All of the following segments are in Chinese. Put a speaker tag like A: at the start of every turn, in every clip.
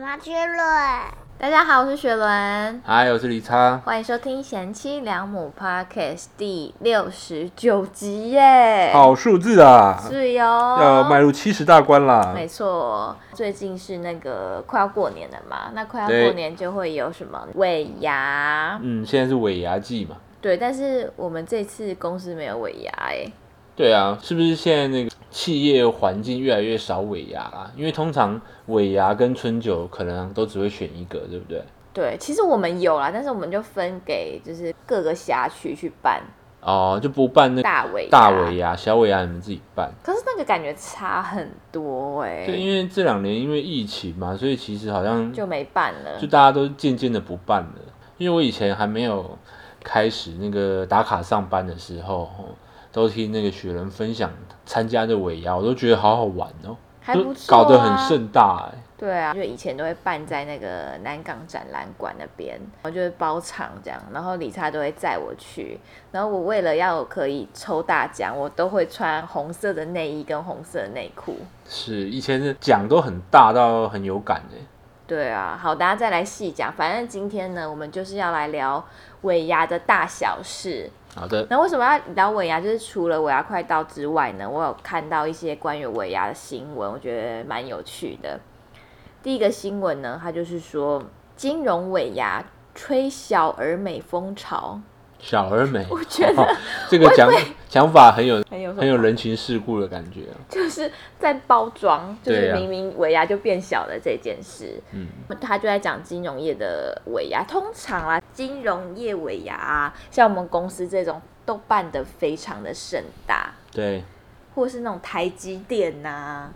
A: 马之伦，
B: 大家好，我是雪伦，
C: 嗨，我是李昌。
B: 欢迎收听《贤妻良母 Podcast》第六十九集耶！
C: 好数字啊，
B: 是哟，
C: 要迈入七十大关啦。
B: 没错，最近是那个快要过年了嘛，那快要
C: 对
B: 过年就会有什么尾牙，
C: 嗯，现在是尾牙季嘛。
B: 对，但是我们这次公司没有尾牙哎，
C: 对啊，是不是现在那个企业环境越来越少尾牙啦？因为通常尾牙跟春酒可能都只会选一个，对不对？
B: 对，其实我们有啦，但是我们就分给就是各个辖区去办
C: 哦，就不办那个
B: 大尾牙
C: 大尾牙、小尾牙，你们自己办。
B: 可是那个感觉差很多哎、
C: 对，因为这两年因为疫情嘛，所以其实好像
B: 就没办了
C: 就。大家都渐渐的不办了。因为我以前还没有开始那个打卡上班的时候，吼都听那个雪人分享参加的尾牙，我都觉得好好玩哦，
B: 还
C: 都
B: 不错、啊，
C: 搞得很。盛大哎、
B: 对啊，就以前都会办在那个南港展览馆那边，我就是包场这样，然后理查都会载我去，然后我为了要可以抽大奖，我都会穿红色的内衣跟红色的内裤。
C: 是以前的奖都很大到很有感哎、
B: 对啊，好，大家再来细讲。反正今天呢，我们就是要来聊尾牙的大小事。
C: 好的，
B: 那为什么要聊尾牙？就是除了尾牙快到之外呢，我有看到一些关于尾牙的新闻，我觉得蛮有趣的。第一个新闻呢，它就是说金融尾牙吹小而美风潮，
C: 小而美，哦
B: 我觉得
C: 这个讲讲法很有
B: 很有什
C: 很有
B: 么，
C: 人情世故的感觉哦、
B: 就是在包装，就是
C: 对啊
B: 明明尾牙就变小了这件事。
C: 嗯，
B: 他就在讲金融业的尾牙，通常啊，金融业尾牙、啊，像我们公司这种都办得非常的盛大，
C: 对
B: 或是那种台积电呐、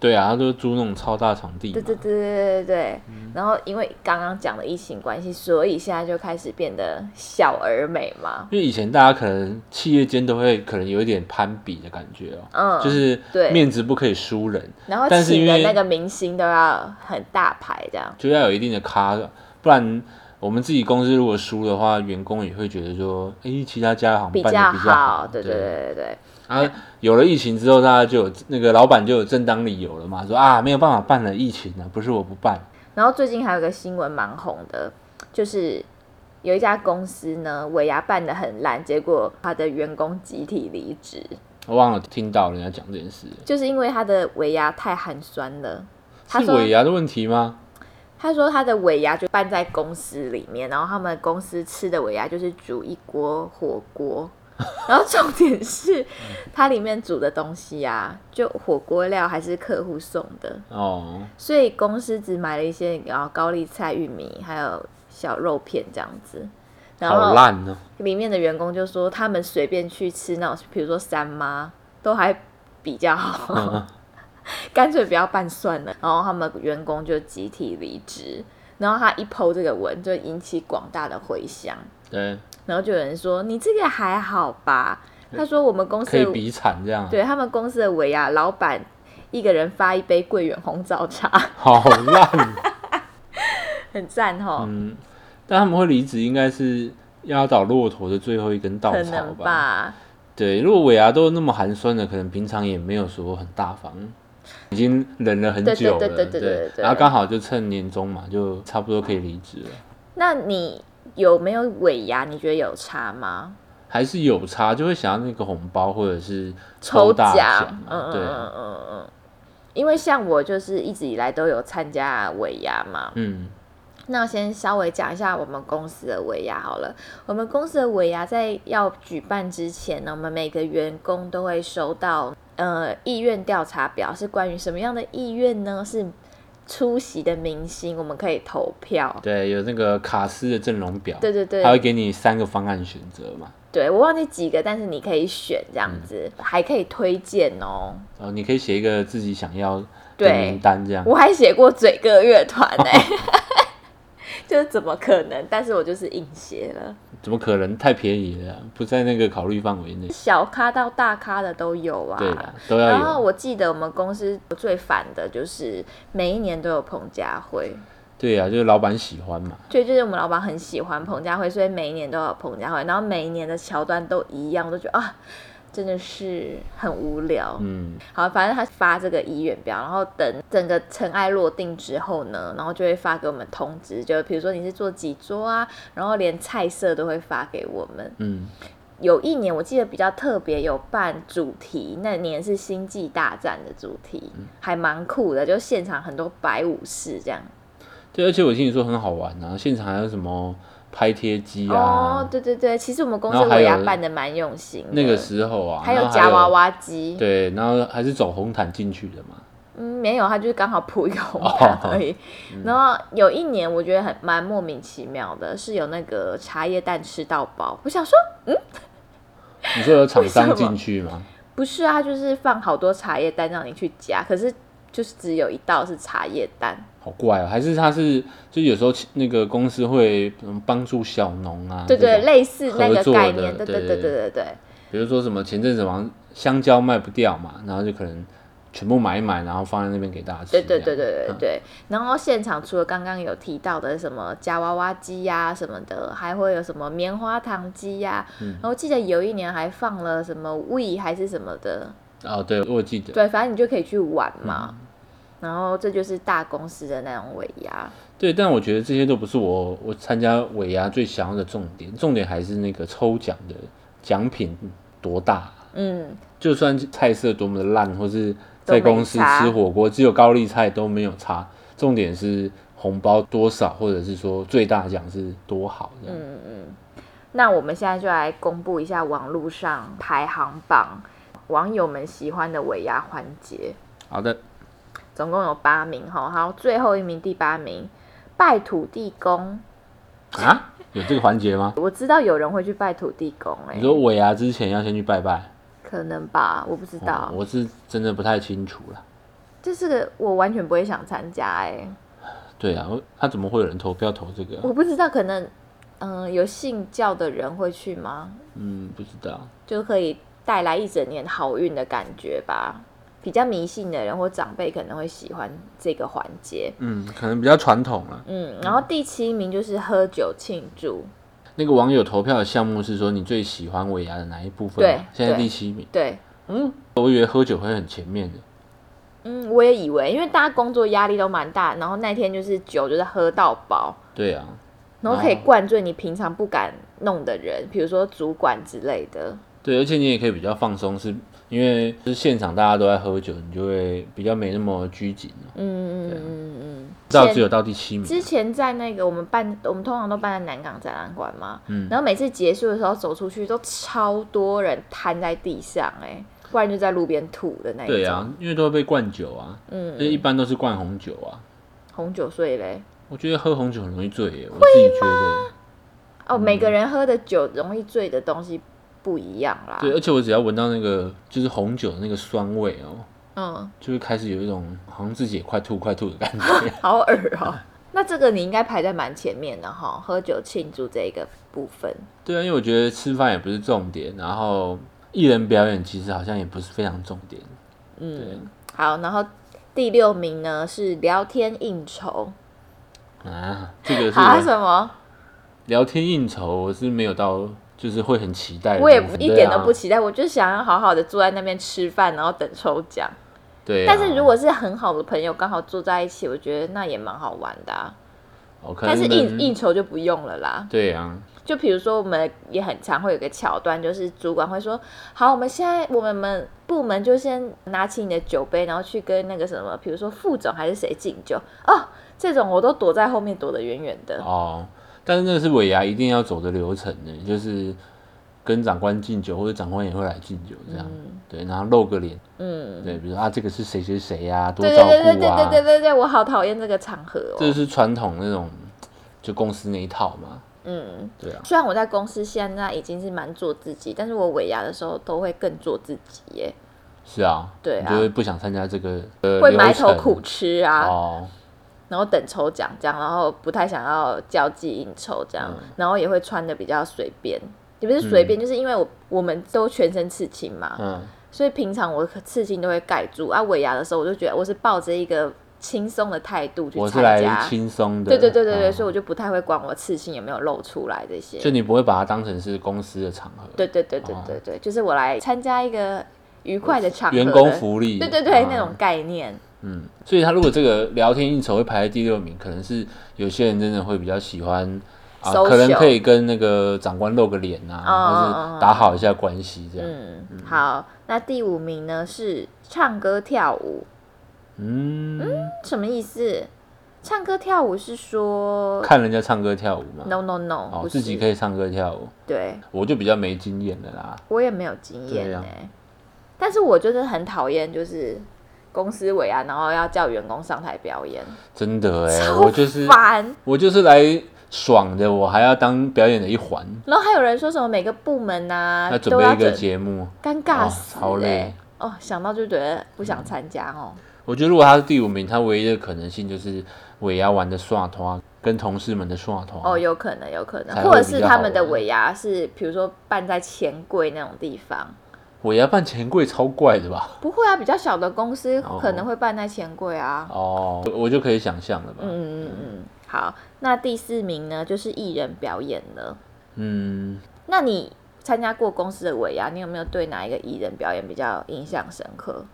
C: 对啊，他都租那种超大场地嘛，
B: 对对对对对对。
C: 嗯
B: 然后因为刚刚讲的疫情关系，所以现在就开始变得小而美嘛。
C: 因为以前大家可能企业间都会可能有一点攀比的感觉哦、
B: 嗯，
C: 就是
B: 对
C: 面子不可以输人，
B: 然后
C: 但是
B: 请
C: 因
B: 的
C: 为
B: 那个明星都要很大牌这样。
C: 就要有一定的咖，不然我们自己公司如果输的话，员工也会觉得说，哎、其他家行
B: 比
C: 办
B: 较
C: 的比较
B: 好，
C: 好，
B: 对对对对对，
C: 啊，有了疫情之后，大家就有那个老板就有正当理由了嘛，说啊没有办法办了，疫情啊，不是我不办，
B: 然后最近还有个新闻蛮红的，就是有一家公司呢，尾牙办的很烂，结果他的员工集体离职，
C: 我忘了听到人家讲这件事，
B: 就是因为他的尾牙太寒酸了。他
C: 是
B: 说
C: 尾牙的问题吗？
B: 他说他的尾牙就办在公司里面，然后他们公司吃的尾牙就是煮一锅火锅， 然后重点是它里面煮的东西啊，就火锅料还是客户送的，
C: 哦，
B: 所以公司只买了一些然后高丽菜、玉米还有小肉片这样子，然
C: 好
B: 后
C: 烂哦、
B: 里面的员工就说他们随便去吃那种，比如说三妈都还比较好。
C: 嗯
B: 干脆不要办算了。然后他们员工就集体离职，然后他一剖这个文就引起广大的回响，
C: 对，
B: 然后就有人说你这个还好吧？他说我们公司
C: 可以
B: 的
C: 比惨这样，
B: 对他们公司的尾牙老板一个人发一杯桂圆红枣茶，
C: 好烂。哦
B: 很赞吼。
C: 嗯，但他们会离职，应该是压倒骆驼的最后一根稻
B: 可
C: 草
B: 能吧，
C: 对，如果尾牙都那么寒酸的，可能平常也没有说很大方，已经忍了很
B: 对对
C: 久了，
B: 对对对对对
C: 然后刚好就趁年终嘛，就差不多可以离职了。
B: 那你有没有尾牙？你觉得有差吗？
C: 还是有差，就会想要那个红包或者是
B: 抽
C: 大
B: 奖
C: 奖，
B: 嗯
C: 啊，
B: 嗯
C: 对
B: 嗯
C: 啊，
B: 嗯嗯，因为像我就是一直以来都有参加尾牙嘛，
C: 嗯，
B: 那我先稍微讲一下我们公司的尾牙好了。我们公司的尾牙在要举办之前呢，我们每个员工都会收到呃意愿调查表，是关于什么样的意愿呢？是出席的明星，我们可以投票。
C: 对，有那个卡斯的阵容表，
B: 对对对
C: 他会给你三个方案选择嘛，
B: 对我忘记几个，但是你可以选这样子，
C: 嗯
B: 还可以推荐哦。
C: 然后你可以写一个自己想要的
B: 对
C: 名单这样。
B: 我还写过嘴哥乐团呢、 就是怎么可能？但是我就是硬写了，
C: 怎么可能？太便宜了，不在那个考虑范围内。
B: 小咖到大咖的都有啊。
C: 对啦，都要
B: 然后
C: 有。
B: 我记得我们公司最烦的就是每一年都有彭佳慧，
C: 对呀、就是老板喜欢嘛。
B: 所以就是我们老板很喜欢彭佳慧，所以每一年都有彭佳慧，然后每一年的桥段都一样，我都觉得啊，真的是很无聊。
C: 嗯，
B: 好，反正他发这个遗愿表，然后等整个尘埃落定之后呢，然后就会发给我们通知，就比如说你是做几桌啊，然后连菜色都会发给我们。
C: 嗯，
B: 有一年我记得比较特别，有办主题，那年是《星际大战》的主题，
C: 嗯
B: 还蛮酷的，就现场很多白武士这样。
C: 对，而且我听你说很好玩啊，现场还有什么拍贴机啊，
B: 哦，对对对，其实我们公
C: 然
B: 司
C: 后还
B: 尾牙
C: 有
B: 办的蛮用心的，
C: 那个时候啊，
B: 还
C: 然
B: 有
C: 后
B: 夹娃，娃机，
C: 对，然后还是走红毯进去的嘛，
B: 嗯，没有，他就是刚好铺一个红
C: 哦
B: 毯而已。然后有一年我觉得很蛮莫名其妙的，是有那个茶叶蛋吃到饱。我想说，
C: 你说有厂
B: 为
C: 商
B: 什么
C: 进去吗？
B: 不是啊，就是放好多茶叶蛋让你去夹，可是就是只有一道是茶叶蛋。
C: 好怪哦、还是他是就有时候那个公司会嗯帮助小农啊，
B: 对
C: 这
B: 对，
C: 种
B: 类似那个
C: 合作的
B: 概念，对对
C: 对
B: 对对
C: 对
B: 对对。
C: 比如说什么前阵子好像香蕉卖不掉嘛，然后就可能全部买一买，然后放在那边给大家吃。
B: 对对对
C: 这样嗯
B: 对对对。然后现场除了刚刚有提到的什么夹娃娃机呀、什么的，还会有什么棉花糖机呀、
C: 嗯
B: 然后记得有一年还放了什么 We 还是什么的，
C: 哦，对我记得，
B: 对，反正你就可以去玩嘛。
C: 嗯
B: 然后这就是大公司的那种尾牙，
C: 对，但我觉得这些都不是我我参加尾牙最想要的重点，重点还是那个抽奖的奖品多大，
B: 嗯，
C: 就算菜色多么的烂，或是在公司
B: 都没差
C: 吃火锅只有高丽菜都没有差，重点是红包多少，或者是说最大奖是多好这样。
B: 嗯那我们现在就来公布一下网络上排行榜，网友们喜欢的尾牙环节，
C: 好的，
B: 总共有八名哈。好，最后一名第八名，拜土地公。
C: 啊，有这个环节吗？
B: 我知道有人会去拜土地公、
C: 你
B: 欸，
C: 说尾牙之前要先去拜拜，
B: 可能吧，我不知道
C: 哦，我是真的不太清楚了。
B: 这是个我完全不会想参加、欸，
C: 对啊，我他怎么会有人投票投这个？啊
B: 我不知道，可能嗯、有信教的人会去吗？
C: 嗯，不知道。
B: 就可以带来一整年好运的感觉吧。比较迷信的人或长辈可能会喜欢这个环节。
C: 嗯，可能比较传统啊了。
B: 嗯，然后第七名就是喝酒庆祝，
C: 那个网友投票的项目是说你最喜欢尾牙的哪一部分
B: 对
C: 嘛？现在
B: 对
C: 第七名。
B: 对，啊
C: 嗯，我以为喝酒会很前面的。
B: 嗯，我也以为，因为大家工作压力都蛮大，然后那天就是酒就是喝到饱，
C: 对啊，
B: 然后可以
C: 哦
B: 灌醉你平常不敢弄的人，比如说主管之类的。
C: 对，而且你也可以比较放松，是因为就是现场大家都在喝酒，你就会比较没那么拘谨啊了。
B: 嗯嗯嗯嗯
C: 到
B: 现
C: 只有到第
B: 嗯。
C: 七名，啊
B: 之前在那个我们办，我们通常都办在南港展览馆嘛，
C: 嗯
B: 然后每次结束的时候走出去，都超多人瘫在地上、哎，不然就在路边吐的那一种。
C: 对啊，因为都会被灌酒啊，
B: 嗯，
C: 因为一般都是灌红酒啊。
B: 红酒醉嘞。
C: 我觉得喝红酒很容易醉耶，我自己觉得。
B: 哦，
C: 嗯
B: 每个人喝的酒容易醉的东西不一样啦。
C: 对，而且我只要闻到那个就是红酒的那个酸味哦，
B: 嗯，
C: 就会开始有一种好像自己也快吐快吐的感觉。
B: 好耳哦。 那这个你应该排在蛮前面的哈，喝酒庆祝这一个部分。
C: 对啊，因为我觉得吃饭也不是重点，然后艺人表演其实好像也不是非常重点。
B: 嗯，好，然后第六名呢是聊天应酬
C: 啊，这个是
B: 啊
C: 我
B: 什么？
C: 聊天应酬，我是没有到，就是会很期待的部
B: 我也不
C: 分。
B: 一点都不
C: 对啊。
B: 期待，我就想要好好的坐在那边吃饭，然后等抽奖。
C: 对啊、
B: 但是如果是很好的朋友刚好坐在一起，我觉得那也蛮好玩的、啊。
C: 我哦可能
B: 但是应
C: 能
B: 应酬就不用了啦。
C: 对啊，
B: 就比如说我们也很常会有个桥段，就是主管会说：“好，我们现在我们们部门就先拿起你的酒杯，然后去跟那个什么，比如说副总还是谁敬酒哦。”这种我都躲在后面躲得远远的。
C: 哦，但是那个是尾牙一定要走的流程呢，就是跟长官敬酒，或者长官也会来敬酒这样。对，然后露个脸，
B: 嗯，
C: 对，比如说啊，这个是谁谁谁呀、多
B: 对
C: 照
B: 对
C: 顾
B: 对
C: 啊。
B: 对对对对对对，我好讨厌这个场合哦。
C: 这是传统那种，就公司那一套嘛。
B: 嗯，
C: 对啊，
B: 虽然我在公司现在已经是蛮做自己，但是我尾牙的时候都会更做自己耶，
C: 是啊，
B: 对啊
C: 你就会不想参加这个呃
B: 会埋头
C: 流程
B: 苦吃啊，
C: 哦。
B: 然后等抽奖这样，然后不太想要交际应酬这
C: 嗯
B: 样，然后也会穿的比较随便，也不是随便，就是因为我我们都全身刺青嘛，
C: 嗯，
B: 所以平常我刺青都会盖住啊，尾牙的时候我就觉得我是抱着一个轻松的态度去
C: 我是
B: 参
C: 来
B: 加。
C: 轻松的。
B: 对对对对对，所以
C: 以
B: 我就不太会管我刺青有没有露出来这些。
C: 就你不会把它当成是公司的场合，
B: 对对对对
C: 哦
B: 对对，就是我来参加一个愉快的场合的，
C: 员工福利，
B: 对对对、
C: 啊
B: 那种概念。
C: 嗯，所以他如果这个聊天应酬会排在第六名，可能是有些人真的会比较喜欢啊，
B: Social
C: 可能可以跟那个长官露个脸啊，
B: 嗯
C: 或是打好一下关系这样。
B: 嗯，好，那第五名呢是唱歌跳舞，
C: 嗯，
B: 什么意思？唱歌跳舞是说
C: 看人家唱歌跳舞嘛，
B: no no no，、
C: 哦，
B: 不
C: 自己
B: 是
C: 可以唱歌跳舞，
B: 对
C: 我就比较没经验的啦。
B: 我也没有经验
C: 对
B: 呢、
C: 啊
B: 但是我就是很讨厌就是公司委啊，然后要叫员工上台表演，
C: 真的哎、
B: 超
C: 我就是
B: 烦。
C: 我就是来爽的，我还要当表演的一环，
B: 然后还有人说什么每个部门呐、
C: 那准
B: 啊都
C: 备
B: 要
C: 一个
B: 准
C: 节目。
B: 尴尬
C: 哦
B: 死、欸
C: 超累嗯
B: 哦，想到就觉得不想参加哦。
C: 我觉得如果他是第五名，他唯一的可能性就是尾牙玩的耍团，跟同事们的耍团。
B: 哦，有可能，有可能，
C: 才会
B: 或者是他们
C: 比较
B: 的
C: 好玩
B: 尾牙是，比如说办在钱柜那种地方，
C: 我要办钱柜超怪的吧？
B: 不会啊，比较小的公司
C: 哦
B: 可能会办在钱柜啊。
C: 哦，我我就可以想象了吧？
B: 嗯嗯嗯嗯，好，那第四名呢，就是艺人表演了。
C: 嗯，
B: 那你参加过公司的尾牙，你有没有对哪一个艺人表演比较印象深刻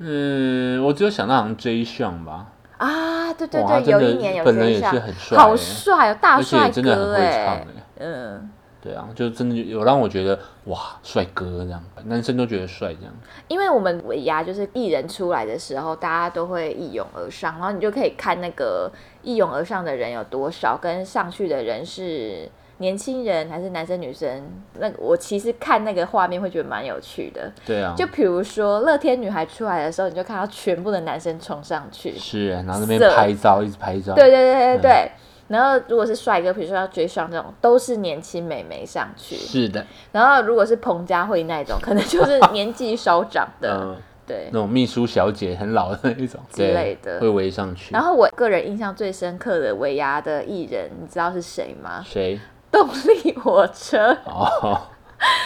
C: 嗯，我只有想到好像 J 项吧，
B: 啊？对对
C: 哇他
B: 对，
C: 真
B: 有
C: 的
B: 一年有
C: 本人
B: 这一
C: 也
B: 项
C: 是很帅
B: 好
C: 欸
B: 帅哦，大
C: 而且
B: 帅
C: 真的很
B: 哥
C: 会唱欸
B: 哎
C: 诶、，
B: 嗯。
C: 对啊，就真的有让我觉得哇，帅哥这样，男生都觉得帅这样。
B: 因为我们尾牙就是艺人出来的时候，大家都会一拥而上，然后你就可以看那个一拥而上的人有多少，跟上去的人是年轻人还是男生女生。那个我其实看那个画面会觉得蛮有趣的。
C: 对啊，
B: 就比如说乐天女孩出来的时候，你就看到全部的男生冲上去，
C: 是啊，然后那边
B: 色
C: 拍照，一直拍照。
B: 对对对对对。然后如果是帅哥，比如说要追上这种，都是年轻美眉上去。
C: 是的，
B: 然后如果是彭佳慧那种，可能就是年纪稍长的，
C: 嗯，
B: 对
C: 那。种秘书小姐很老的那种
B: 之类的
C: 对会围上去
B: 然。后我个人印象最深刻的尾牙的艺人，你知道是谁吗？
C: 谁？
B: 动力火车，
C: 哦，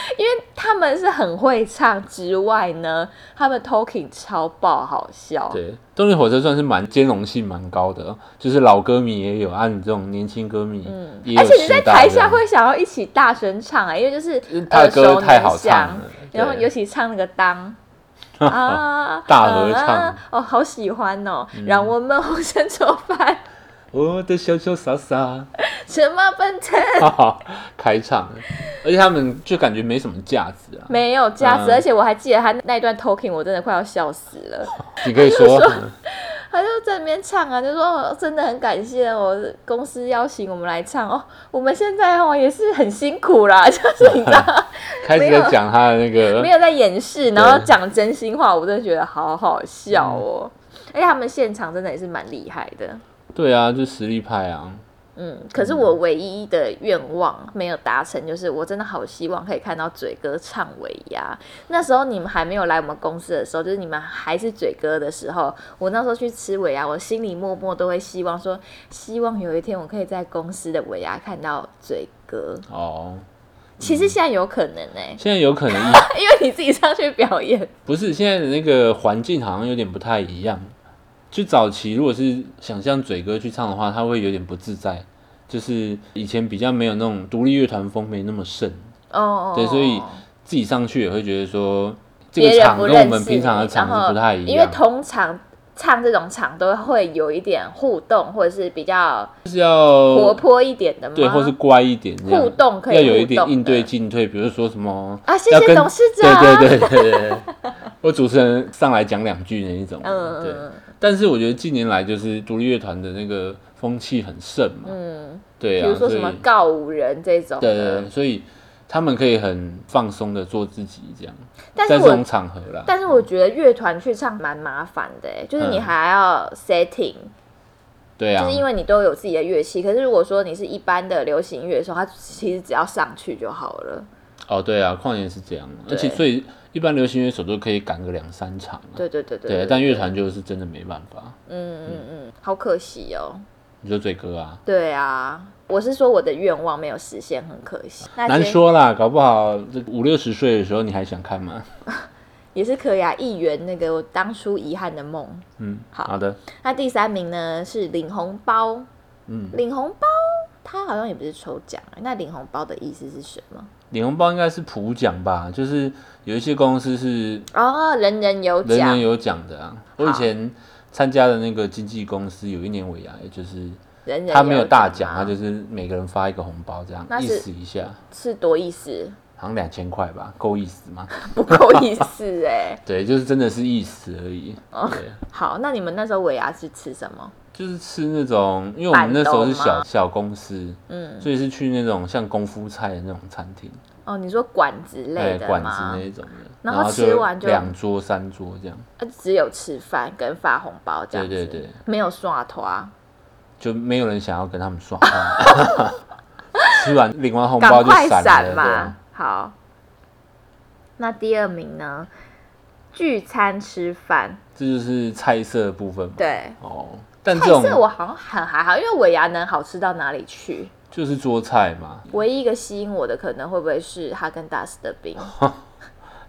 B: 他们是很会唱之外呢，他们 talking 超爆好笑。
C: 对，动力火车算是蛮兼容性蛮高的，就是老歌迷也有，啊按、你这种年轻歌迷，嗯也有
B: 而且你在
C: 吃到
B: 台
C: 这
B: 下
C: 样
B: 会想要一起大声唱啊、因为就是
C: 他
B: 耳
C: 的歌
B: 熟
C: 太好
B: 能
C: 唱
B: 详
C: 了，，
B: 然后
C: 对
B: 尤其唱那个 当啊
C: 大合唱嗯
B: 啊哦，好喜欢哦！让我们红尘作伴，
C: 我的哦小小傻傻，
B: 什么奔腾
C: 哈哈，开唱了，而且他们就感觉没什么架子啊。
B: 没有价值，
C: 嗯
B: 而且我还记得他那一段 talking，我真的快要笑死了。
C: 你可以说，嗯
B: 他就在那边唱啊，就说、哦、真的很感谢我公司邀请我们来唱哦，我们现在哦也是很辛苦啦， 就是你知道
C: 开始在讲他的那
B: 没
C: 个，
B: 有在掩饰，然后讲真心话，我真的觉得好好笑哦。而且他们现场真的也是蛮厉害的，
C: 对啊，就实力派啊。
B: 嗯。可是我唯一的愿望没有达成，就是我真的好希望可以看到嘴哥唱尾牙。那时候你们还没有来我们公司的时候，就是你们还是嘴哥的时候，我那时候去吃尾牙，我心里默默都会希望说，希望有一天我可以在公司的尾牙看到嘴哥。
C: 哦，
B: 其实现在有可能呢、
C: 现在有 可能
B: 因为你自己上去表演，
C: 不是现在的那个环境好像有点不太一样。就早期如果是想像嘴哥去唱的话，他会有点不自在，就是以前比较没有那种独立乐团风没那么盛，
B: 哦，
C: 对，所以自己上去也会觉得说这
B: 别
C: 个
B: 人
C: 场
B: 不
C: 跟
B: 认识
C: 我
B: 你，
C: 们平常的场
B: 然后
C: 是不太一
B: 因为
C: 样，
B: 通常唱这种场都会有一点互动，或者是比较
C: 就是要
B: 活泼一点的嘛。啊
C: 对，或是乖一点这样，
B: 互动可以
C: 要有一
B: 互
C: 点
B: 动
C: 应
B: 的
C: 对进退，比如说什么
B: 啊谢
C: 要
B: 谢
C: 跟
B: 董事长
C: 对啊对对对对 对，我主持人上来讲两句那一种，
B: 嗯
C: 对
B: 嗯。
C: 但是我觉得近年来就是独立乐团的那个风气很盛嘛，
B: 嗯，
C: 对
B: 比
C: 啊，
B: 如说什么嗯
C: 所以
B: 告五人这种
C: 对
B: 的
C: 对，对，所以他们可以很放松的做自己这样，
B: 但是
C: 在这
B: 我
C: 种场合啦，
B: 但是我觉得乐团去唱蛮麻烦的欸，就是你
C: 嗯
B: 还要 setting，、
C: 对啊
B: 就是，因为你都有自己的乐器。可是如果说你是一般的流行乐手，他其实只要上去就好了。
C: 哦对啊，况且是这样，而且
B: 对
C: 所以一般流行乐手都可以赶个两三场啊、
B: 对对对对
C: 对，但乐团就是真的没办法，
B: 嗯嗯嗯，好可惜哦。
C: 你说嘴哥啊。
B: 对啊，我是说我的愿望没有实现，很可惜。那
C: 难
B: 今
C: 说啦，搞不好这五六十岁的时候你还想看吗？
B: 也是可以啊，一元那个我当初遗憾的梦。
C: 嗯，
B: 好
C: 的，
B: 那第三名呢是领红包，
C: 嗯，
B: 领红包它好像也不是抽奖、欸，那领红包的意思是什么？
C: 领红包应该是普奖吧，就是有一些公司是
B: 哦，人人有
C: 人
B: 奖
C: 人，有奖的啊。我以前参加的那个经纪公司，有一年尾牙，也就是
B: 人人
C: 他没有大
B: 奖啊
C: 奖，他就是是每个人发一个红包，这样
B: 那
C: 意
B: 是
C: 思一下，
B: 是多意思，
C: 好像两千块吧，够意思吗？
B: 不够意思哎、
C: 对，就是真的是意思而已。
B: 哦
C: 对，
B: 好，那你们那时候尾牙是吃什么？
C: 就是吃那种，因为我们那时候
B: 板
C: 是
B: 豆吗
C: 小小公司，
B: 嗯，
C: 所以是去那种像功夫菜的那种餐厅，
B: 哦，你说馆子类
C: 哎，
B: 的
C: 馆子
B: 吗？
C: 那一种的，
B: 然后
C: 后
B: 吃完就
C: 两桌三桌这样，
B: 呃只有吃饭跟发红包这样子，
C: 对对对
B: 没有刷头啊，
C: 就没有人想要跟他们耍。 吃完领完红包
B: 赶
C: 就
B: 快
C: 散了，
B: 闪
C: 对
B: 嘛
C: 啊。
B: 好，那第二名呢？聚餐吃饭，
C: 这就是菜色的部分嘛。
B: 对，
C: 哦，但这
B: 菜
C: 种
B: 色我好像很还好，因为尾牙能好吃到哪里去？
C: 就是桌菜嘛，
B: 唯一一个吸引我的可能会不会是哈根达斯的冰？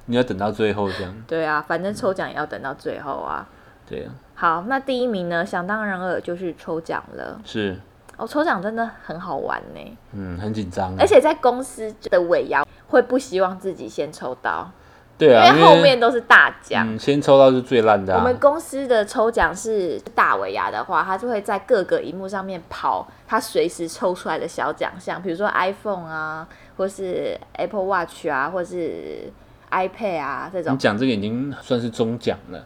C: 你要等到最后这样。
B: 对啊，反正抽奖也要等到最后啊。
C: 对啊，
B: 好，那第一名呢？想当然尔就是抽奖了。
C: 是，
B: 哦，抽奖真的很好玩呢、
C: 嗯，很紧张啊。
B: 而且在公司的尾牙会不希望自己先抽到，
C: 对啊，
B: 因
C: 因
B: 为后面都是大奖。
C: 嗯，先抽到是最烂的、啊。
B: 我们公司的抽奖是大尾牙的话，它就会在各个荧幕上面跑它随时抽出来的小奖项，比如说 iPhone 啊，或是 Apple Watch 啊，或是 iPad 啊这
C: 你
B: 种。
C: 讲这个已经算是中奖了，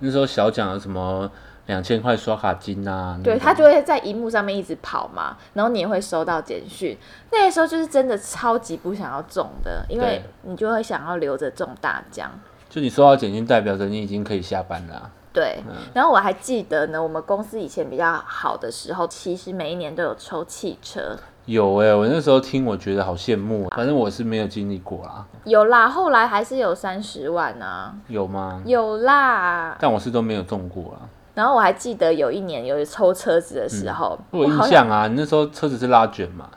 C: 那时候小奖有什么两千块刷卡金啊？那
B: 对，
C: 种
B: 它就会在荧幕上面一直跑嘛，然后你也会收到简讯。那个时候就是真的超级不想要中的，因为
C: 对
B: 你就会想要留着中大奖。
C: 就你收到简讯，代表着你已经可以下班了啊、
B: 对，然后我还记得呢，我们公司以前比较好的时候，其实每一年都有抽汽车，
C: 有哎、我那时候听我觉得好羡慕，啊反正我是没有经历过啊啦，
B: 有啦，后来还是有三十万啊，
C: 有吗？
B: 有啦。
C: 但我是都没有中过啊啦。
B: 然后我还记得有一年有抽车子的时候，
C: 我有
B: 好
C: 印
B: 像
C: 象啊，你那时候车子是拉卷嘛，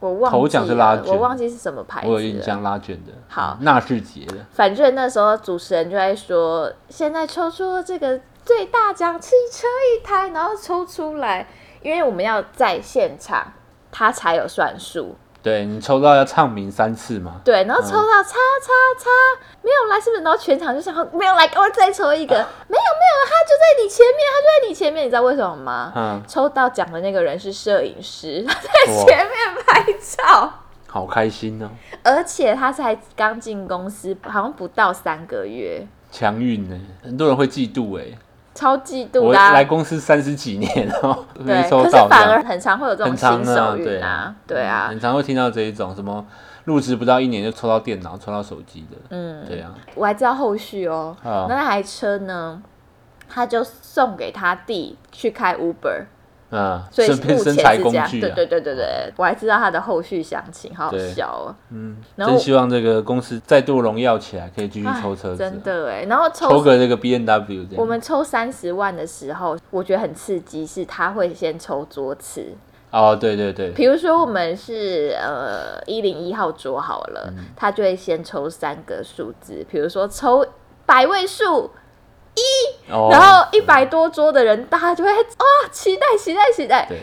B: 我忘
C: 头
B: 记
C: 奖是
B: 了，
C: 拉卷
B: 我忘记是什么牌子
C: 我有印
B: 了。
C: 象拉卷的，
B: 好
C: 嗯纳智捷的，
B: 反正那时候主持人就在说，现在抽出这个最大奖汽车一台，然后抽出来，因为我们要在现场，他才有算数。
C: 对你抽到要唱名三次嘛，
B: 对，然后抽到叉叉叉，没有来是不是？然后全场就想说没有来，赶快再抽一个，没有没有，他就在你前面，他就在你前面，你知道为什么吗？
C: 嗯，
B: 抽到奖的那个人是摄影师， 他在前面拍照，
C: 好开心哦，
B: 而且他才刚进公司，好像不到三个月，
C: 强运呢，很多人会嫉妒哎、
B: 超嫉妒
C: 我
B: 的啊、
C: 来公司三十几年哦，没
B: 对，
C: 抽
B: 可是
C: 到这
B: 反
C: 样，
B: 而很常会有这种
C: 很常
B: 新
C: 啊，
B: 手
C: 对
B: 运啊，对啊，
C: 很常会听到这一种什么入职不到一年就抽到电脑、抽到手机的，嗯，对啊，
B: 我还知道后续哦。
C: 啊
B: 那那台车呢，他就送给他弟去开 Uber，
C: 嗯，
B: 所以
C: 顺便
B: 目前
C: 身
B: 是
C: 材
B: 这
C: 工
B: 样。
C: 具
B: 对
C: 啊，
B: 对对对对，我还知道他的后续详情，好好
C: 对
B: 笑哦。
C: 嗯，
B: 然后
C: 真希望这个公司再度荣耀起来，可以继续抽车
B: 哎
C: 子啊，
B: 真的哎，然后抽
C: 抽个这个 B N W 这样，
B: 我们抽三十万的时候，我觉得很刺激，是他会先抽桌次。
C: 哦，对对对，
B: 比如说我们是呃一零一号桌好了，
C: 嗯
B: 他就会先抽三个数字，比如说抽百位数，
C: 哦，
B: 然后一百多桌的人，大家就会哇、期待期待期待，
C: 对，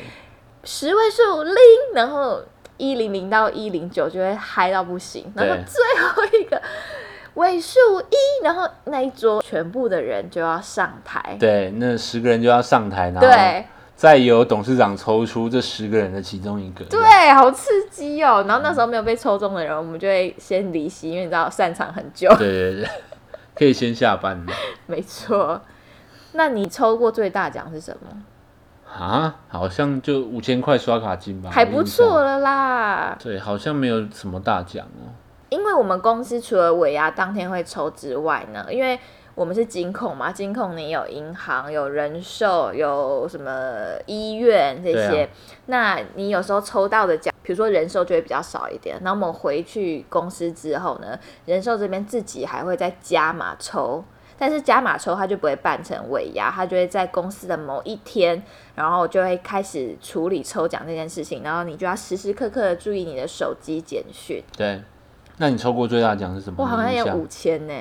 B: 十位数零，然后一零零到一零九就会嗨到不行，然后
C: 对
B: 最后一个尾数一，然后那一桌全部的人就要上台，
C: 对，那十个人就要上台，然后
B: 对
C: 再由董事长抽出这十个人的其中一个，这样，
B: 对，好刺激哦！然后那时候没有被抽中的人，我们就会先离席，因为你知道散场很久。
C: 对对 对，可以先下班了
B: 没错。那你抽过最大奖是什么？
C: 啊，好像就五千块刷卡金吧，
B: 还
C: 我
B: 不
C: 印象
B: 错了啦，
C: 对，好像没有什么大奖哦。
B: 因为我们公司除了尾牙当天会抽之外呢，因为我们是金控嘛，金控你有银行、有人寿、有什么医院这
C: 对
B: 些，
C: 啊
B: 那你有时候抽到的奖，比如说人寿就会比较少一点。然后我们回去公司之后呢，人寿这边自己还会再加码抽。但是加码抽它就不会办成尾牙，它就会在公司的某一天，然后就会开始处理抽奖这件事情，然后你就要时时刻刻的注意你的手机简讯。
C: 对，那你抽过最大奖是什么？
B: 我好像
C: 你
B: 也
C: 印
B: 有
C: 象
B: 五千呢，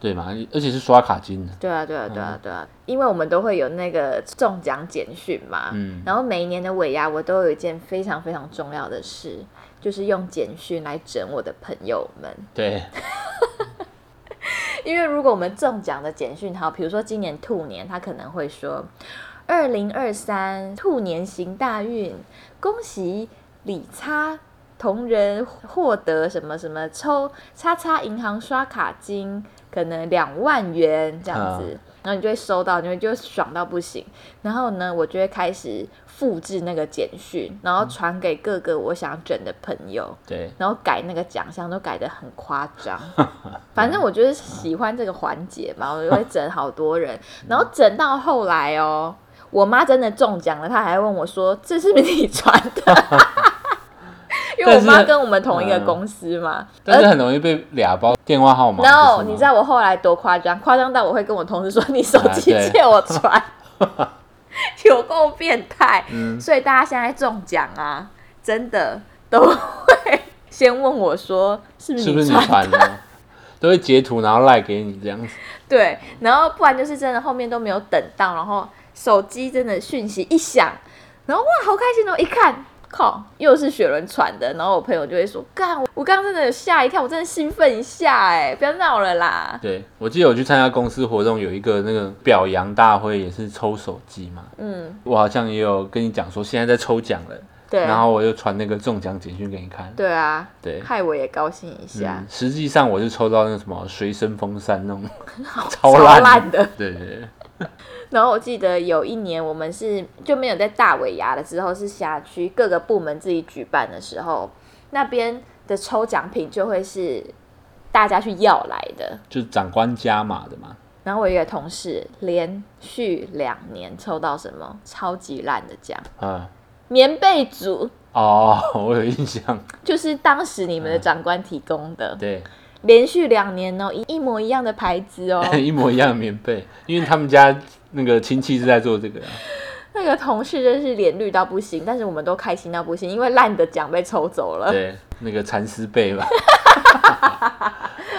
C: 对嘛？而且是刷卡金的，
B: 对啊，对啊，对啊，对啊，因为我们都会有那个中奖简讯嘛，
C: 嗯
B: 然后每一年的尾牙，我都有一件非常非常重要的事，就是用简讯来整我的朋友们，
C: 对，
B: 因为如果我们中奖的简讯，好，比如说今年兔年，他可能会说，二零二三兔年行大运，恭喜李差同仁获得什么什么抽叉叉银行刷卡金，可能两万元这样子，然后你就会收到，你会就会爽到不行。然后呢，我就会开始复制那个简讯，然后传给各个我想整的朋友。
C: 对，
B: 然后改那个奖项都改得很夸张，反正我就是喜欢这个环节嘛，我就会整好多 人，然后整到后来哦，我妈真的中奖了，她还问我说：“这是不是你传的？” 因为我
C: 但是嗯
B: 妈跟我们同一个公司嘛，
C: 但是很容易被俩包电话号码。
B: 然后
C: 不是吗
B: 你知道我后来多夸张，夸张到我会跟我同事说：“你手机
C: 啊对
B: 借我传。有够变态。
C: 嗯
B: 所以大家现在中奖啊，真的都会先问我说：“是不是
C: 是不
B: 你
C: 是你
B: 传？”
C: 传的？ 都会截图然后赖给你这样子，
B: 对，然后不然就是真的后面都没有等到，然后手机真的讯息一响，然后哇，好开心哦！一看，靠，又是雪伦传的，然后我朋友就会说：“干，我我刚刚真的有吓一跳，我真的兴奋一下哎、不要闹了啦。”
C: 对我记得我去参加公司活动，有一个那个表扬大会，也是抽手机嘛。
B: 嗯，
C: 我好像也有跟你讲说现在在抽奖了，
B: 对，啊
C: 然后我又传那个中奖简讯给你看。
B: 对啊，
C: 对，
B: 害我也高兴一下
C: 嗯，，实际上我是抽到那个什么随身风扇那种超
B: 超
C: 烂的。
B: 烂的。
C: 对对对，
B: 然后我记得有一年我们是就没有在大尾牙了，之后是辖区各个部门自己举办的时候，那边的抽奖品就会是大家去要来的。
C: 就是长官加码的嘛。
B: 然后我有一个同事连续两年抽到什么超级烂的奖，
C: 啊、
B: 棉被组，
C: 哦， 我有印象。
B: 就是当时你们
C: 嗯
B: 的长官提供的，
C: 对，
B: 连续两年哦，一一模一样的牌子哦。
C: 一模一样的棉被，因为他们家那个亲戚是在做这个、啊。
B: 那个同事真是脸绿到不行，但是我们都开心到不行，因为烂的奖被抽走了。
C: 啊对，那个蚕丝被 吧，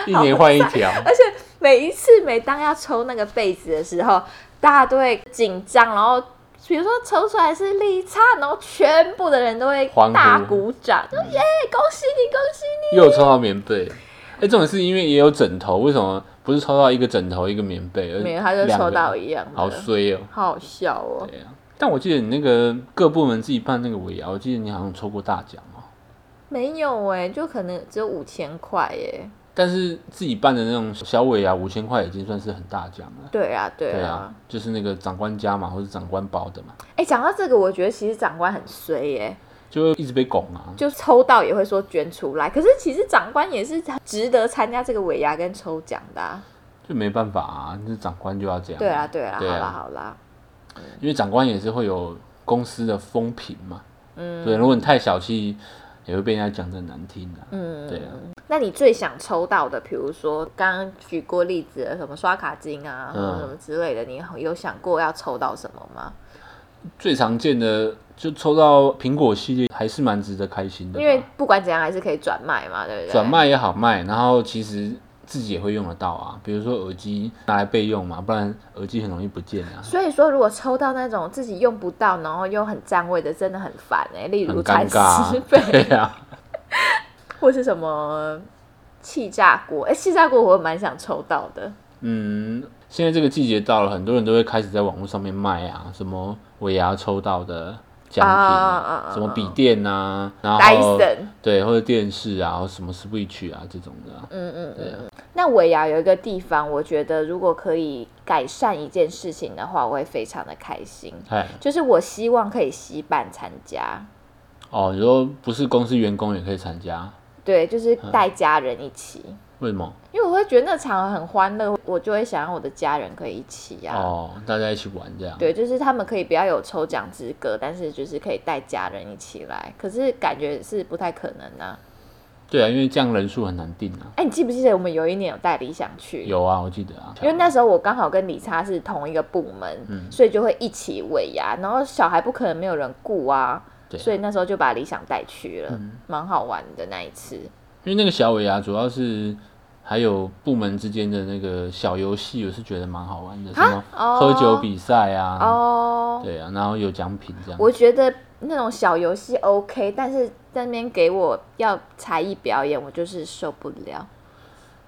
C: 一年换一条。
B: 而且每一次每当要抽那个被子的时候，大家都会紧张，然后比如说抽出来是利差，然后全部的人都会
C: 欢呼
B: 大鼓
C: 嗯
B: 掌，说耶，恭喜你，恭喜你！
C: 又抽到棉被。哎、这种是因为也有枕头，为什么不是抽到一个枕头一个棉被？而
B: 没有，他就
C: 嗯两个
B: 抽到一样的，
C: 好衰哦、
B: 好好笑哦。
C: 对啊，但我记得你那个各部门自己办那个尾牙，我记得你好像抽过大奖哦、
B: 没有哎、就可能只有五千块耶。
C: 但是自己办的那种小尾牙，五千块已经算是很大奖了。
B: 对啊，对
C: 对
B: 啊
C: 啊。，就是那个长官家嘛，或是长官包的嘛，
B: 哎、讲、到这个，我觉得其实长官很衰耶、
C: 就会一直被拱啊。
B: 就抽到也会说捐出来，可是其实长官也是值得参加这个尾牙跟抽奖的、啊。
C: 就没办法啊，那长官就要这样。
B: 对啊，，对啊，
C: 对啊
B: 好啦，好啦。
C: 因为长官也是会有公司的风评嘛。嗯，对，如果你太小气，也会被人家讲的难听的、
B: 嗯
C: 对啊，
B: 那你最想抽到的，比如说刚刚举过例子的什么刷卡金啊，
C: 嗯
B: 或者什么之类的，你有想过要抽到什么吗？
C: 最常见的就抽到苹果系列，还是蛮值得开心的吧。
B: 因为不管怎样还是可以转卖嘛，对不对？
C: 转卖也好卖，然后其实自己也会用得到啊，比如说耳机拿来备用嘛，不然耳机很容易不见啊。
B: 所以说，如果抽到那种自己用不到，然后又很占位的，真的很烦哎、例
C: 很
B: 如
C: 尴
B: 蚕
C: 尬、啊
B: 丝，
C: 对
B: 被，
C: 啊，
B: 或是什么气炸锅。哎、气炸锅我蛮想抽到的。
C: 嗯，现在这个季节到了，很多人都会开始在网络上面卖啊，什么尾牙抽到的奖品、
B: 啊啊啊
C: 啊
B: 啊，
C: 什么笔电啊，然后
B: Dyson，
C: 对，或者电视啊，或什么 Switch 啊这种的啊、
B: 嗯嗯
C: 对
B: 嗯
C: 啊
B: 嗯。那尾牙有一个地方，我觉得如果可以改善一件事情的话，我会非常的开心。
C: 哎，
B: 就是我希望可以西办参加，
C: 哦，你说不是公司员工也可以参加？
B: 对，就是
C: 嗯
B: 带家人一起，
C: 为什么？
B: 因为我会觉得那场合很欢乐，我就会想让我的家人可以一起呀、啊。
C: 哦，大家一起玩这样。
B: 对，就是他们可以不要有抽奖资格，但是就是可以带家人一起来，可是感觉是不太可能啊。
C: 对啊，因为这样人数很难定啊。
B: 哎，你记不记得我们有一年有带理想去？
C: 有啊，我记得啊，
B: 因为那时候我刚好跟李差是同一个部门，
C: 嗯
B: 所以就会一起尾牙，然后小孩不可能没有人顾啊，
C: 对嗯
B: 所以那时候就把理想带去了，蛮好玩的那一次。
C: 因为那个小尾牙主要是还有部门之间的那个小游戏，我是觉得蛮好玩的，什么
B: 啊哦
C: 喝酒比赛啊，
B: 哦，
C: 对啊，然后有奖品这样。
B: 我觉得那种小游戏 OK，但是在那边给我要才艺表演，我就是受不了。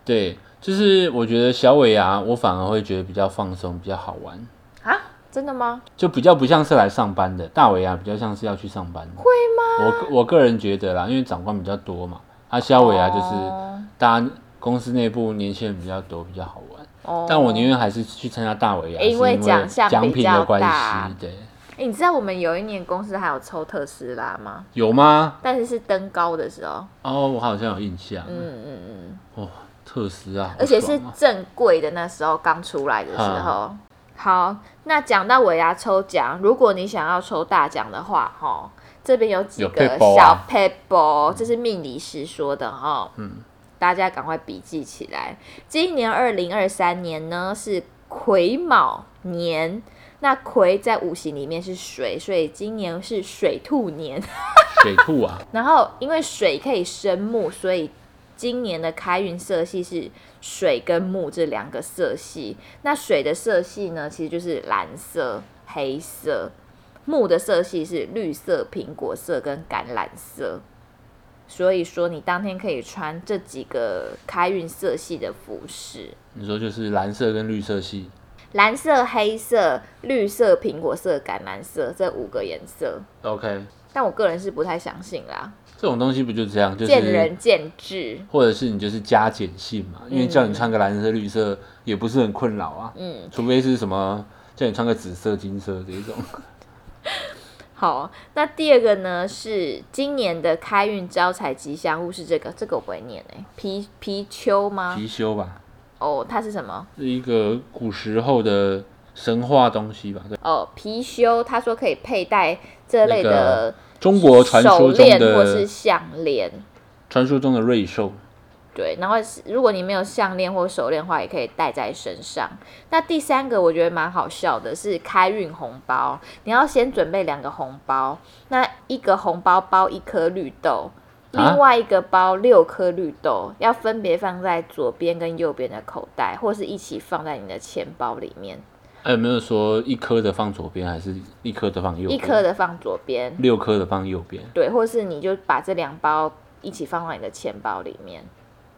C: 对，就是我觉得小尾牙，我反而会觉得比较放松，比较好玩，
B: 啊，真的吗？
C: 就比较不像是来上班的。大尾牙比较像是要去上班的。
B: 会吗？
C: 我我个人觉得啦，因为长官比较多嘛，啊，小尾牙就是
B: 哦
C: 大家公司内部年轻人比较多，比较好玩。
B: 哦
C: 但我宁愿还是去参加大尾牙，
B: 因
C: 是
B: 为
C: 为
B: 奖项
C: 奖
B: 比
C: 品
B: 较
C: 的关
B: 大
C: 系。对，
B: 诶你知道我们有一年公司还有抽特斯拉吗？
C: 有吗？
B: 但是是登高的时候，
C: 哦，我好像有印象。
B: 嗯嗯嗯，
C: 哦，特斯拉，好
B: 而且是
C: 爽啊
B: 正规的，那时候刚出来的时候。好，那讲到尾牙抽奖，如果你想要抽大奖的话，哈，这边有几
C: 有
B: 个
C: paper
B: 小
C: 啊
B: paper，、这是命理师说的哈，嗯，大家赶快笔记起来。今年二零二三年呢是癸卯年，那癸在五行里面是水，所以今年是水兔年。
C: 水兔啊，
B: 然后因为水可以生木，所以今年的开运色系是水跟木这两个色系。那水的色系呢，其实就是蓝色、黑色；木的色系是绿色、苹果色跟橄榄色。所以说，你当天可以穿这几个开运色系的服饰。
C: 你说就是蓝色跟绿色系，
B: 蓝色、黑色、绿色、苹果色、橄榄色这五个颜色，
C: OK，
B: 但我个人是不太相信啦，
C: 这种东西不就这样，就
B: 见
C: 是
B: 仁见智。
C: 或者是你就是加减性嘛，因为叫你穿个蓝色、绿色也不是很困扰啊，
B: 嗯，
C: 除非是什么叫你穿个紫色、金色这 一种，
B: 好，那第二个呢是今年的开运招财吉祥物是这个，这个我不会念哎、貔貔貅吗？
C: 貔貅吧，
B: 哦，它是什么？
C: 是一个古时候的神话东西吧，对，
B: 哦，貔貅，他说可以佩戴这类的
C: 中国传
B: 手
C: 说中
B: 链或是
C: 的
B: 项链。
C: 传说中的瑞兽，
B: 对，然后是如果你没有项链或手链的话，也可以戴在身上。那第三个我觉得蛮好笑的是开运红包，你要先准备两个红包，那一个红包包一颗绿豆，
C: 啊
B: 另外一个包六颗绿豆，要分别放在左边跟右边的口袋，或是一起放在你的钱包里面，
C: 还哎有没有说一颗的放左边，还是一颗的放右
B: 一
C: 边？
B: 颗的放左边，
C: 六颗的放右边，
B: 对，或是你就把这两包一起放到你的钱包里面。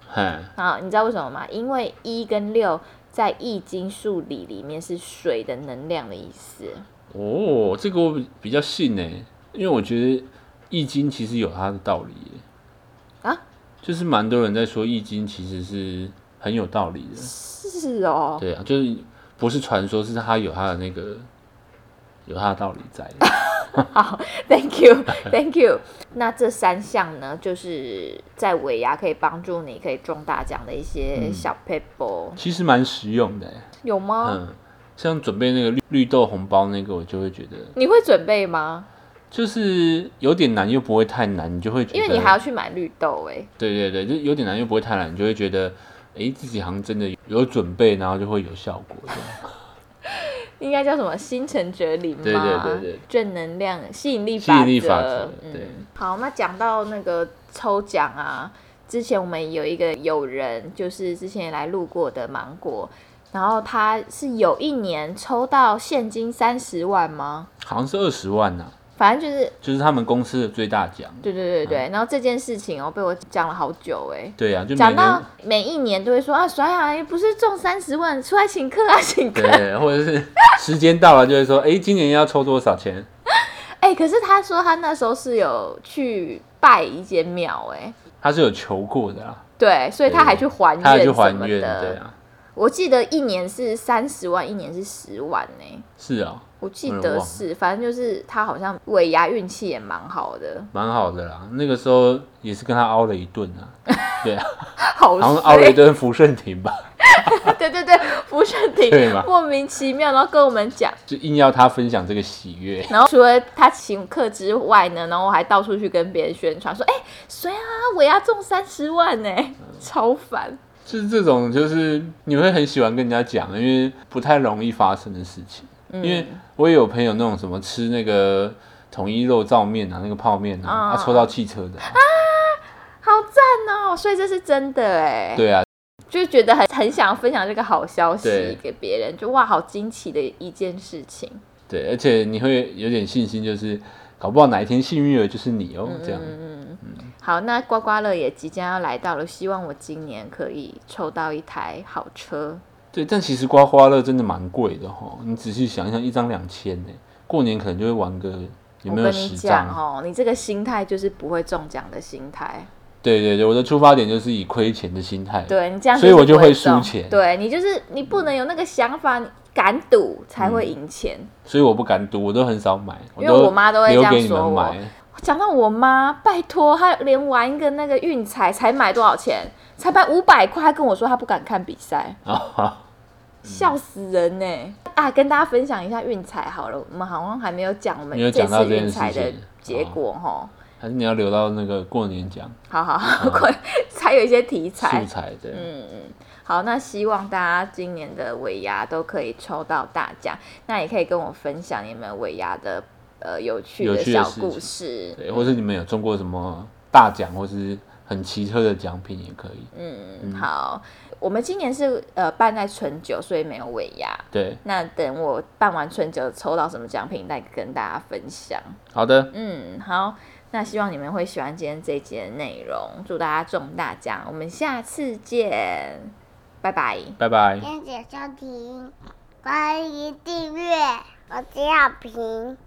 C: 嘿，
B: 啊，你知道为什么吗？因为一跟六在易经数理里面是水的能量的意思。
C: 哦，这个我比比较信呢，因为我觉得《易经》其实有它的道理耶
B: 啊，
C: 就是蛮多人在说《易经》其实是很有道理的，
B: 是哦，
C: 对啊，就是不是传说，是它有它的那个有它的道理在。
B: 好，Thank you，Thank you。那这三项呢，就是在尾牙可以帮助你可以中大奖的一些小 paper，、
C: 其实蛮实用的耶，欸
B: 有吗？
C: 嗯，像准备那个绿绿豆红包那个，我就会觉得
B: 你会准备吗？
C: 就是有点难又不会太难，你就会觉得
B: 因为你还要去买绿豆哎、
C: 对对对，就有点难又不会太难，你就会觉得诶自己好像真的有准备，然后就会有效果这样。
B: 应该叫什么心诚则灵吗？
C: 对对对对，
B: 正能量吸引力
C: 吸引力法则对
B: 嗯，好，那讲到那个抽奖啊，之前我们有一个友人，就是之前也来录过的芒果，然后他是有一年抽到现金三十万吗？
C: 好像是二十万呐、啊
B: 反正就是，
C: 就是他们公司的最大奖。
B: 对对对对，然后这件事情哦，被我讲了好久哎、
C: 对呀、啊，就嗯每
B: 讲到
C: 年
B: 每一年都会说啊，甩啊，不是中三十万，出来请客啊，请客。
C: 对，或者是时间到了就会说，哎、今年要抽多少钱？
B: 哎、可是他说他那时候是有去拜一间庙，哎，
C: 他是有求过 的啦，
B: 对，所以他还去还
C: 他要
B: 愿
C: 去
B: 什
C: 还
B: 么
C: 愿，
B: 的。
C: 对啊，
B: 我记得一年是三十万，一年是十万呢、
C: 是啊、
B: 我记
C: 我也
B: 得
C: 忘了
B: 是，反正就是他好像尾牙运气也蛮好的，
C: 蛮好的啦。那个时候也是跟他凹了一顿啊，对啊，
B: 好
C: 好像凹了一
B: 衰，
C: 顿福盛庭吧，
B: 对对对，福盛庭
C: 对嘛
B: 莫名其妙，然后跟我们讲，
C: 就硬要他分享这个喜悦。
B: 然后除了他请客之外呢，然后我还到处去跟别人宣传说，哎、谁啊，尾牙中三十万呢、超烦。
C: 就是这种，就是你会很喜欢跟人家讲，因为不太容易发生的事情。
B: 嗯
C: 因为我也有朋友那种什么吃那个统一肉燥面啊，那个泡面
B: 嗯
C: 啊，他、抽到汽车的啊、
B: 好赞哦！所以这是真的哎。
C: 对啊，
B: 就觉得很很想分享这个好消
C: 对
B: 息给别人，就哇，好惊奇的一件事情。
C: 对，而且你会有点信心，就是搞不好哪一天幸运儿就是你哦，这
B: 嗯
C: 样。
B: 好，那刮刮乐也即将要来到了，希望我今年可以抽到一台好车。
C: 对，但其实刮刮乐真的蛮贵的哈，你仔细想一想，一张两千呢，过年可能就会玩个有没
B: 我
C: 有
B: 跟你
C: 十
B: 讲
C: 张？
B: 哦，你这个心态就是不会中奖的心态，
C: 对对对，我的出发点就是以亏钱的心态。
B: 对你这样，
C: 所以我就
B: 会
C: 会输
B: 中
C: 钱
B: 对你就是你不能有那个想法，你敢赌才
C: 嗯
B: 会赢钱。
C: 所以我不敢赌，我都很少买，
B: 因为
C: 都
B: 我妈都会
C: 留
B: 这样
C: 给你
B: 说
C: 们
B: 我
C: 买。
B: 讲到我妈，拜托，她连玩一个那个运彩才买多少钱？才买五百块，她跟我说她不敢看比赛，
C: 啊，
B: 笑死人呢、啊，跟大家分享一下运彩好了，我们好像还没有讲我们
C: 没有
B: 这
C: 讲到
B: 次
C: 这件
B: 运彩的
C: 事情
B: 结果哈。
C: 还是你要留到那个过年讲
B: 好好好，快、 才有一些题材
C: 素。材的。
B: 好，那希望大家今年的尾牙都可以抽到大奖，那也可以跟我分享你们尾牙的呃有趣
C: 有
B: 的
C: 趣
B: 小
C: 的事
B: 故
C: 情
B: 事。
C: 对，或是你们有中过什么大奖，或是很奇特的奖品也可以。
B: 嗯，好，我们今年是呃办在春酒，所以没有尾牙。
C: 对，
B: 那等我办完春酒，抽到什么奖品再跟大家分享。
C: 好的，
B: 嗯，好，那希望你们会喜欢今天这一集的内容，祝大家中大奖，我们下次见，拜拜。
C: 拜拜。
A: 谢谢收听，欢迎订阅，我是小平。